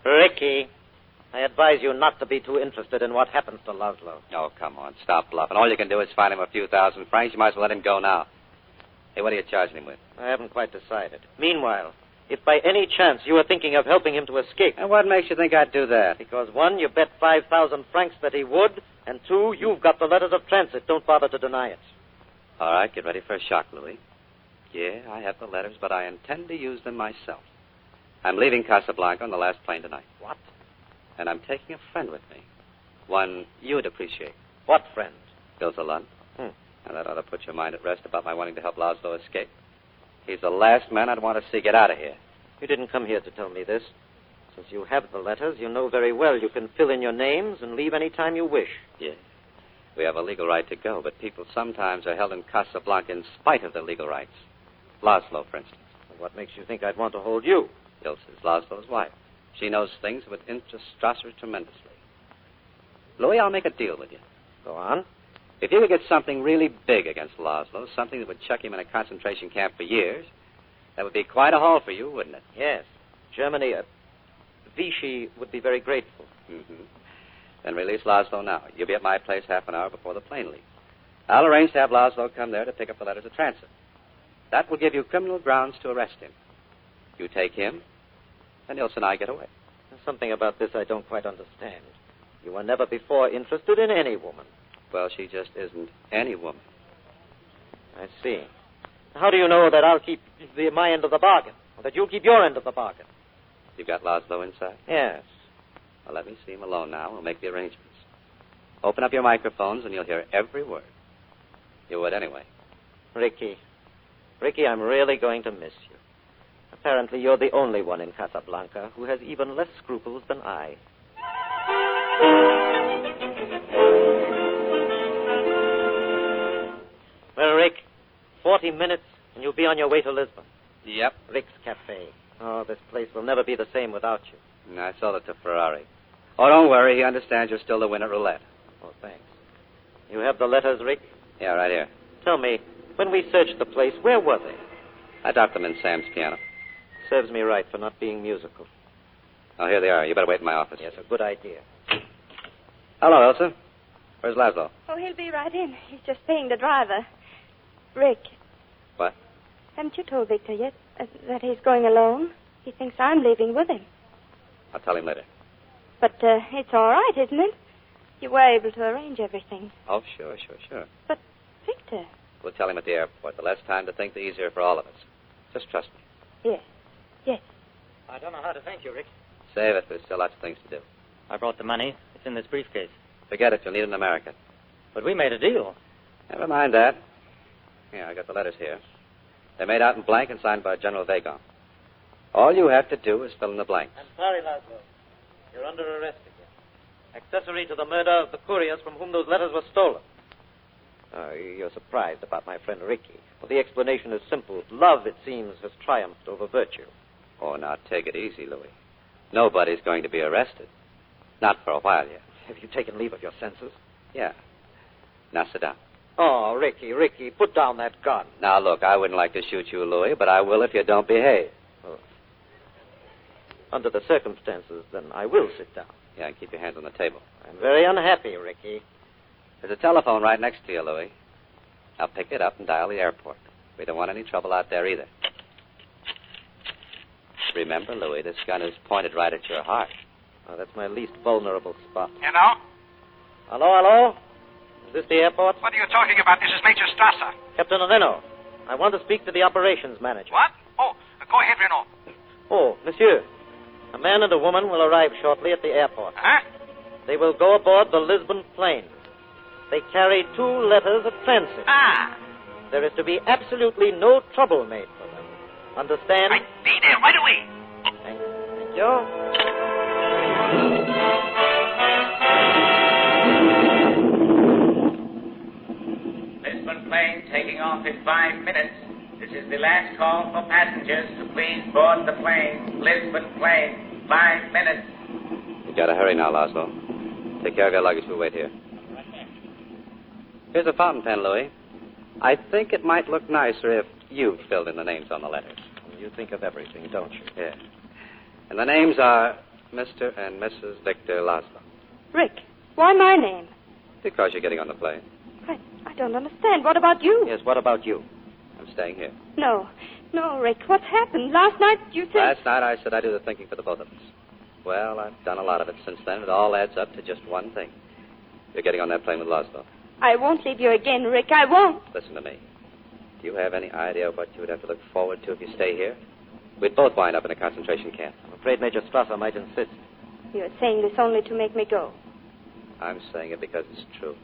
Ricky, I advise you not to be too interested in what happens to Laszlo. Oh, come on. Stop bluffing. All you can do is find him a few thousand francs. You might as well let him go now. Hey, what are you charging him with? I haven't quite decided. Meanwhile, if by any chance you are thinking of helping him to escape. And what makes you think I'd do that? Because, one, you bet 5,000 francs that he would, and two, you've got the letters of transit. Don't bother to deny it. All right, get ready for a shock, Louis. Yeah, I have the letters, but I intend to use them myself. I'm leaving Casablanca on the last plane tonight. What? And I'm taking a friend with me. One you'd appreciate. What friend? Ilza Lund. Hmm. Now, that ought to put your mind at rest about my wanting to help Laszlo escape. He's the last man I'd want to see get out of here. You didn't come here to tell me this. Since you have the letters, you know very well you can fill in your names and leave any time you wish. Yes. We have a legal right to go, but people sometimes are held in Casablanca in spite of their legal rights. Laszlo, for instance. What makes you think I'd want to hold you? Ilse is Laszlo's wife. She knows things that would interest Strasser tremendously. Louis, I'll make a deal with you. Go on. If you could get something really big against Laszlo, something that would chuck him in a concentration camp for years, that would be quite a haul for you, wouldn't it? Yes. Germany, uh, Vichy would be very grateful. Mm-hmm. Then release Laszlo now. You'll be at my place half an hour before the plane leaves. I'll arrange to have Laszlo come there to pick up the letters of transit. That will give you criminal grounds to arrest him. You take him, and Ilse and I get away. There's something about this I don't quite understand. You were never before interested in any woman. Well, she just isn't any woman. I see. How do you know that I'll keep the, my end of the bargain? Or that you'll keep your end of the bargain? You've got Laszlo inside? Yes. Well, let me see him alone now. We'll make the arrangements. Open up your microphones, and you'll hear every word. You would anyway. Ricky. Ricky, I'm really going to miss you. Apparently, you're the only one in Casablanca who has even less scruples than I. Well, Rick, 40 minutes, and you'll be on your way to Lisbon. Yep. Rick's Cafe. Oh, this place will never be the same without you. And I sold it to Ferrari. Oh, don't worry. He understands you're still the winner at roulette. Oh, thanks. You have the letters, Rick? Yeah, right here. Tell me, when we searched the place, where were they? I dropped them in Sam's piano. Serves me right for not being musical. Oh, here they are. You better wait in my office. Yes, sir. Good idea. Hello, Elsa. Where's Laszlo? Oh, he'll be right in. He's just paying the driver. Rick. What? Haven't you told Victor yet uh, that he's going alone? He thinks I'm leaving with him. I'll tell him later. But uh, it's all right, isn't it? You were able to arrange everything. Oh, sure, sure, sure. Victor. We'll tell him at the airport. The less time to think, the easier for all of us. Just trust me. Yes. Yes. I don't know how to thank you, Rick. Save it. There's still lots of things to do. I brought the money. It's in this briefcase. Forget it. You'll need it in America. But we made a deal. Never mind that. Here, I got the letters here. They're made out in blank and signed by General Vagon. All you have to do is fill in the blank. I'm sorry, Laszlo. You're under arrest again. Accessory to the murder of the couriers from whom those letters were stolen. Uh, you're surprised about my friend Ricky. Well, the explanation is simple. Love, it seems, has triumphed over virtue. Oh, now take it easy, Louis. Nobody's going to be arrested. Not for a while yet. Have you taken leave of your senses? Yeah. Now sit down. Oh, Ricky, Ricky, put down that gun. Now look, I wouldn't like to shoot you, Louis, but I will if you don't behave. Under the circumstances, then I will sit down. Yeah, and keep your hands on the table. I'm very unhappy, Ricky. There's a telephone right next to you, Louis. Now pick it up and dial the airport. We don't want any trouble out there either. Remember, Louis, this gun is pointed right at your heart. Oh, that's my least vulnerable spot. Hello? Hello, hello? Is this the airport? What are you talking about? This is Major Strasser. Captain Aveno, I want to speak to the operations manager. What? Oh, Uh, go ahead, Renault. Oh, monsieur. A man and a woman will arrive shortly at the airport. Huh? They will go aboard the Lisbon plane. They carry two letters of transit. Ah, There is to be absolutely no trouble made for them. Understand? be there right away. Thank you. Lisbon plane taking off in five minutes. This is the last call for passengers to please board the plane. Lisbon plane, five minutes. You gotta hurry now, Laszlo. Take care of your luggage. We'll wait here. Here's a fountain pen, Louis. I think it might look nicer if you filled in the names on the letters. You think of everything, don't you? Yeah. And the names are Mr. and Mrs. Victor Laszlo. Rick, why my name? Because you're getting on the plane. I don't understand. What about you? Yes, what about you? I'm staying here. No. No, Rick. What's happened? Last night you said. Last night I said I do the thinking for the both of us. Well, I've done a lot of it since then. It all adds up to just one thing. You're getting on that plane with Laszlo. I won't leave you again, Rick. I won't. Listen to me. Do you have any idea what you would have to look forward to if you stay here? We'd both wind up in a concentration camp. I'm afraid Major Strasser might insist. You're saying this only to make me go. I'm saying it because it's true.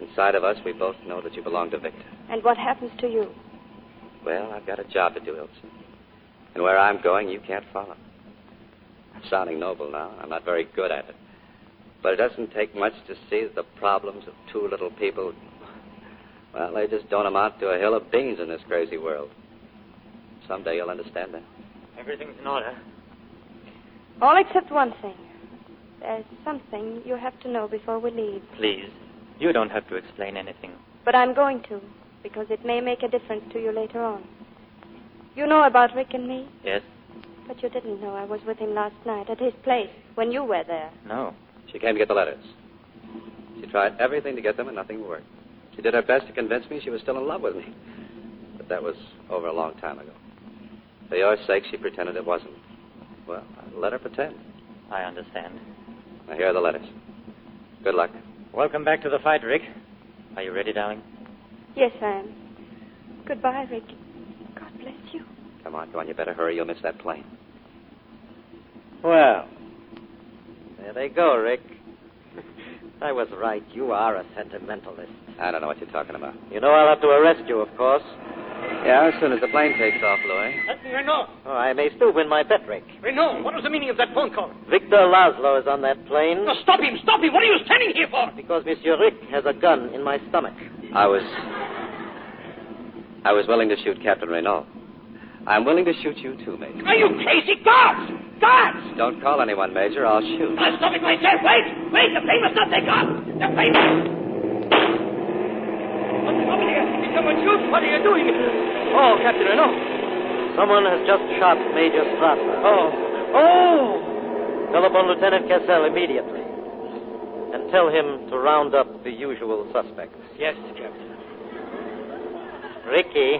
Inside of us, we both know that you belong to Victor. And what happens to you? Well, I've got a job to do, Ilson. And where I'm going, you can't follow. I'm sounding noble now. I'm not very good at it. But it doesn't take much to see that the problems of two little people, well, they just don't amount to a hill of beans in this crazy world. Someday you'll understand that. Everything's in order. All except one thing. There's something you have to know before we leave. Please, you don't have to explain anything. But I'm going to, because it may make a difference to you later on. You know about Rick and me, Yes? but you didn't know I was with him last night at his place when you were there. No. She came to get the letters. She tried everything to get them, and nothing worked. She did her best to convince me she was still in love with me. But that was over a long time ago. For your sake, she pretended it wasn't. Well, I let her pretend. I understand. Now, here are the letters. Good luck. Welcome back to the fight, Rick. Are you ready, darling? Yes, I am. Goodbye, Rick. God bless you. Come on, go on. You better hurry. You'll miss that plane. Well, there they go, Rick. I was right. You are a sentimentalist. I don't know what you're talking about. You know I'll have to arrest you, of course. Yeah, as soon as the plane takes off, Louis. Uh, Renault, Oh, I may still win my bet, Rick. Renault, what was the meaning of that phone call? Victor Laszlo is on that plane. No, stop him, stop him. What are you standing here for? Because Monsieur Rick has a gun in my stomach. I was. I was willing to shoot Captain Renault. I'm willing to shoot you too, Major. Are you crazy? Guards! Guards! Don't call anyone, Major. I'll shoot. I'll stop it myself. Wait! Wait! The plane must not take off! The plane must... What's the trouble here? Did someone shoot? What are you doing? Oh, Captain Renault. Someone has just shot Major Strasser. Oh. Oh! Call upon Lieutenant Cassell immediately. And tell him to round up the usual suspects. Yes, Captain. Ricky,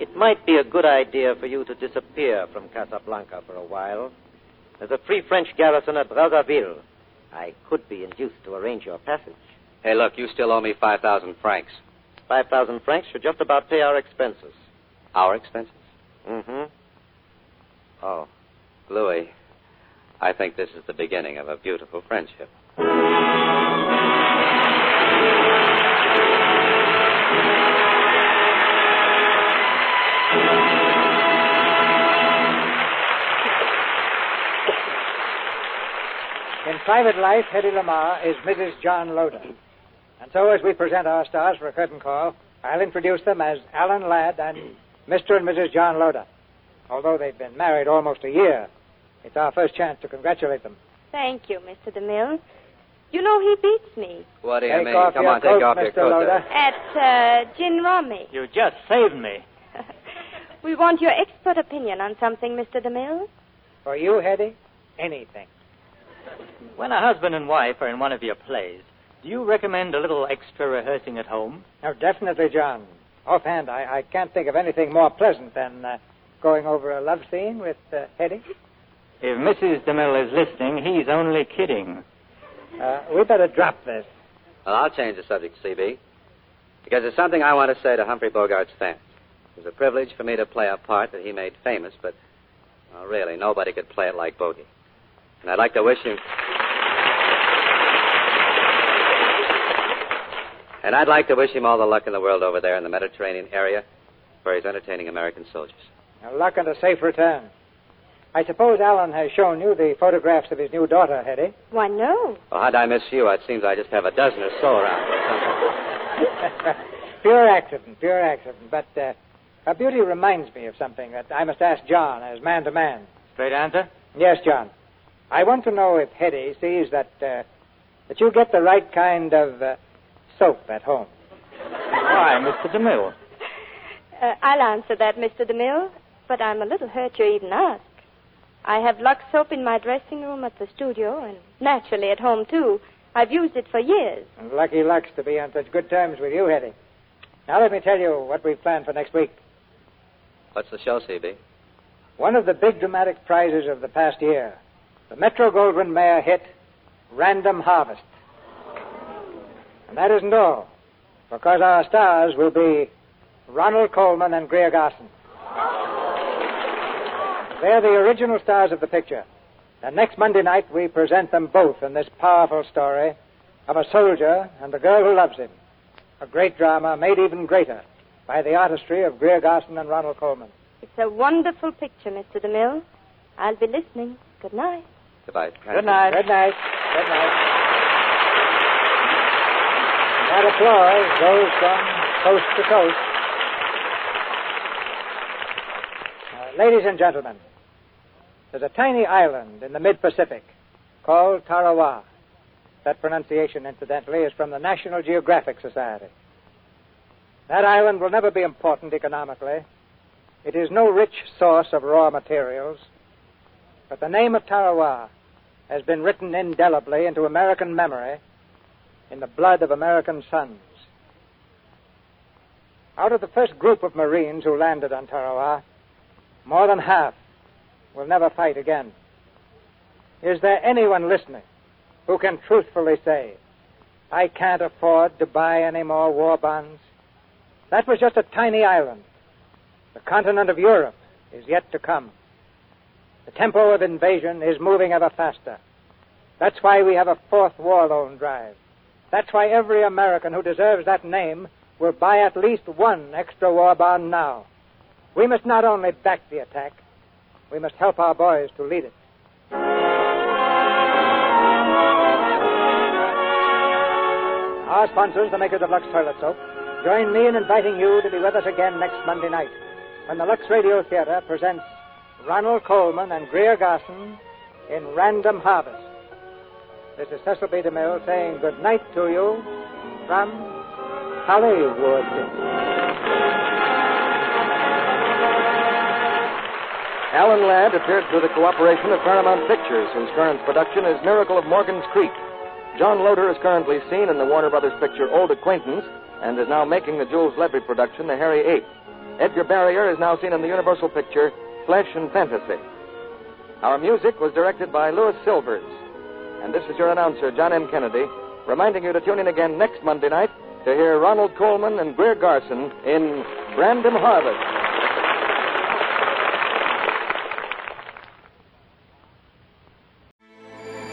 it might be a good idea for you to disappear from Casablanca for a while. There's a free French garrison at Brazzaville. I could be induced to arrange your passage. Hey, look, you still owe me 5,000 francs. 5,000 francs should just about pay our expenses. Our expenses? Mm-hmm. Oh, Louis, I think this is the beginning of a beautiful friendship. In private life, Hetty Lamar is Mrs. John Loder. And so, as we present our stars for a curtain call, I'll introduce them as Alan Ladd and Mr. and Mrs. John Loder. Although they've been married almost a year, it's our first chance to congratulate them. Thank you, Mr. DeMille. You know he beats me. What do you Take mean? off Come your on, coat, take off your Mr. coat. Loder. there. At uh, Gin Rummy. You just saved me. We want your expert opinion on something, Mr. DeMille. For you, Hetty, anything. When a husband and wife are in one of your plays, do you recommend a little extra rehearsing at home? No, definitely, John. Offhand, I, I can't think of anything more pleasant than uh, going over a love scene with uh, Hetty. If Mrs. DeMille is listening, he's only kidding. Uh, we better drop this. Well, I'll change the subject, CB, because there's something I want to say to Humphrey Bogart's fans. It was a privilege for me to play a part that he made famous, but well, really, nobody could play it like Bogie. And I'd like to wish him. And I'd like to wish him all the luck in the world over there in the Mediterranean area where he's entertaining American soldiers. Now, luck and a safe return. I suppose Alan has shown you the photographs of his new daughter, Hetty. Why, no. Well, how'd I miss you? It seems I just have a dozen or so around. pure accident, pure accident. But uh, her beauty reminds me of something that I must ask John as man to man. Straight answer? Yes, John. I want to know if Hetty sees that uh, that you get the right kind of uh, soap at home. Why, Mr. DeMille? Uh, I'll answer that, Mr. DeMille, but I'm a little hurt you even ask. I have Lux soap in my dressing room at the studio, and naturally at home, too. I've used it for years. And lucky Lux to be on such good terms with you, Hetty. Now let me tell you what we've planned for next week. What's the show, CB? One of the big dramatic prizes of the past year, the Metro Goldwyn Mayer hit Random Harvest. And that isn't all, because our stars will be Ronald Coleman and Greer Garson. They're the original stars of the picture. And next Monday night, we present them both in this powerful story of a soldier and the girl who loves him. A great drama made even greater by the artistry of Greer Garson and Ronald Coleman. It's a wonderful picture, Mr. DeMille. I'll be listening. Good night. Goodbye. Good night. Good night. Good night. That applause goes from coast to coast. Uh, ladies and gentlemen, there's a tiny island in the mid Pacific called Tarawa. That pronunciation, incidentally, is from the National Geographic Society. That island will never be important economically. It is no rich source of raw materials. But the name of Tarawa has been written indelibly into American memory in the blood of American sons. Out of the first group of Marines who landed on Tarawa, more than half will never fight again. Is there anyone listening who can truthfully say, I can't afford to buy any more war bonds? That was just a tiny island. The continent of Europe is yet to come. The tempo of invasion is moving ever faster. That's why we have a fourth war loan drive. That's why every American who deserves that name will buy at least one extra war bond now. We must not only back the attack, we must help our boys to lead it. Our sponsors, the makers of Lux Toilet Soap, join me in inviting you to be with us again next Monday night. when the Lux Radio Theater presents Ronald Coleman and Greer Garson in Random Harvest. This is Cecil B. DeMille saying good night to you from Hollywood. Alan Ladd appeared through the cooperation of Paramount Pictures, whose current production is Miracle of Morgan's Creek. John Loder is currently seen in the Warner Brothers picture Old Acquaintance and is now making the Jules Levy production The Hairy Ape. Edgar Barrier is now seen in the Universal picture Flesh and Fantasy. Our music was directed by Louis Silvers. And this is your announcer, John M. Kennedy, reminding you to tune in again next Monday night to hear Ronald Coleman and Greer Garson in Random Harvest.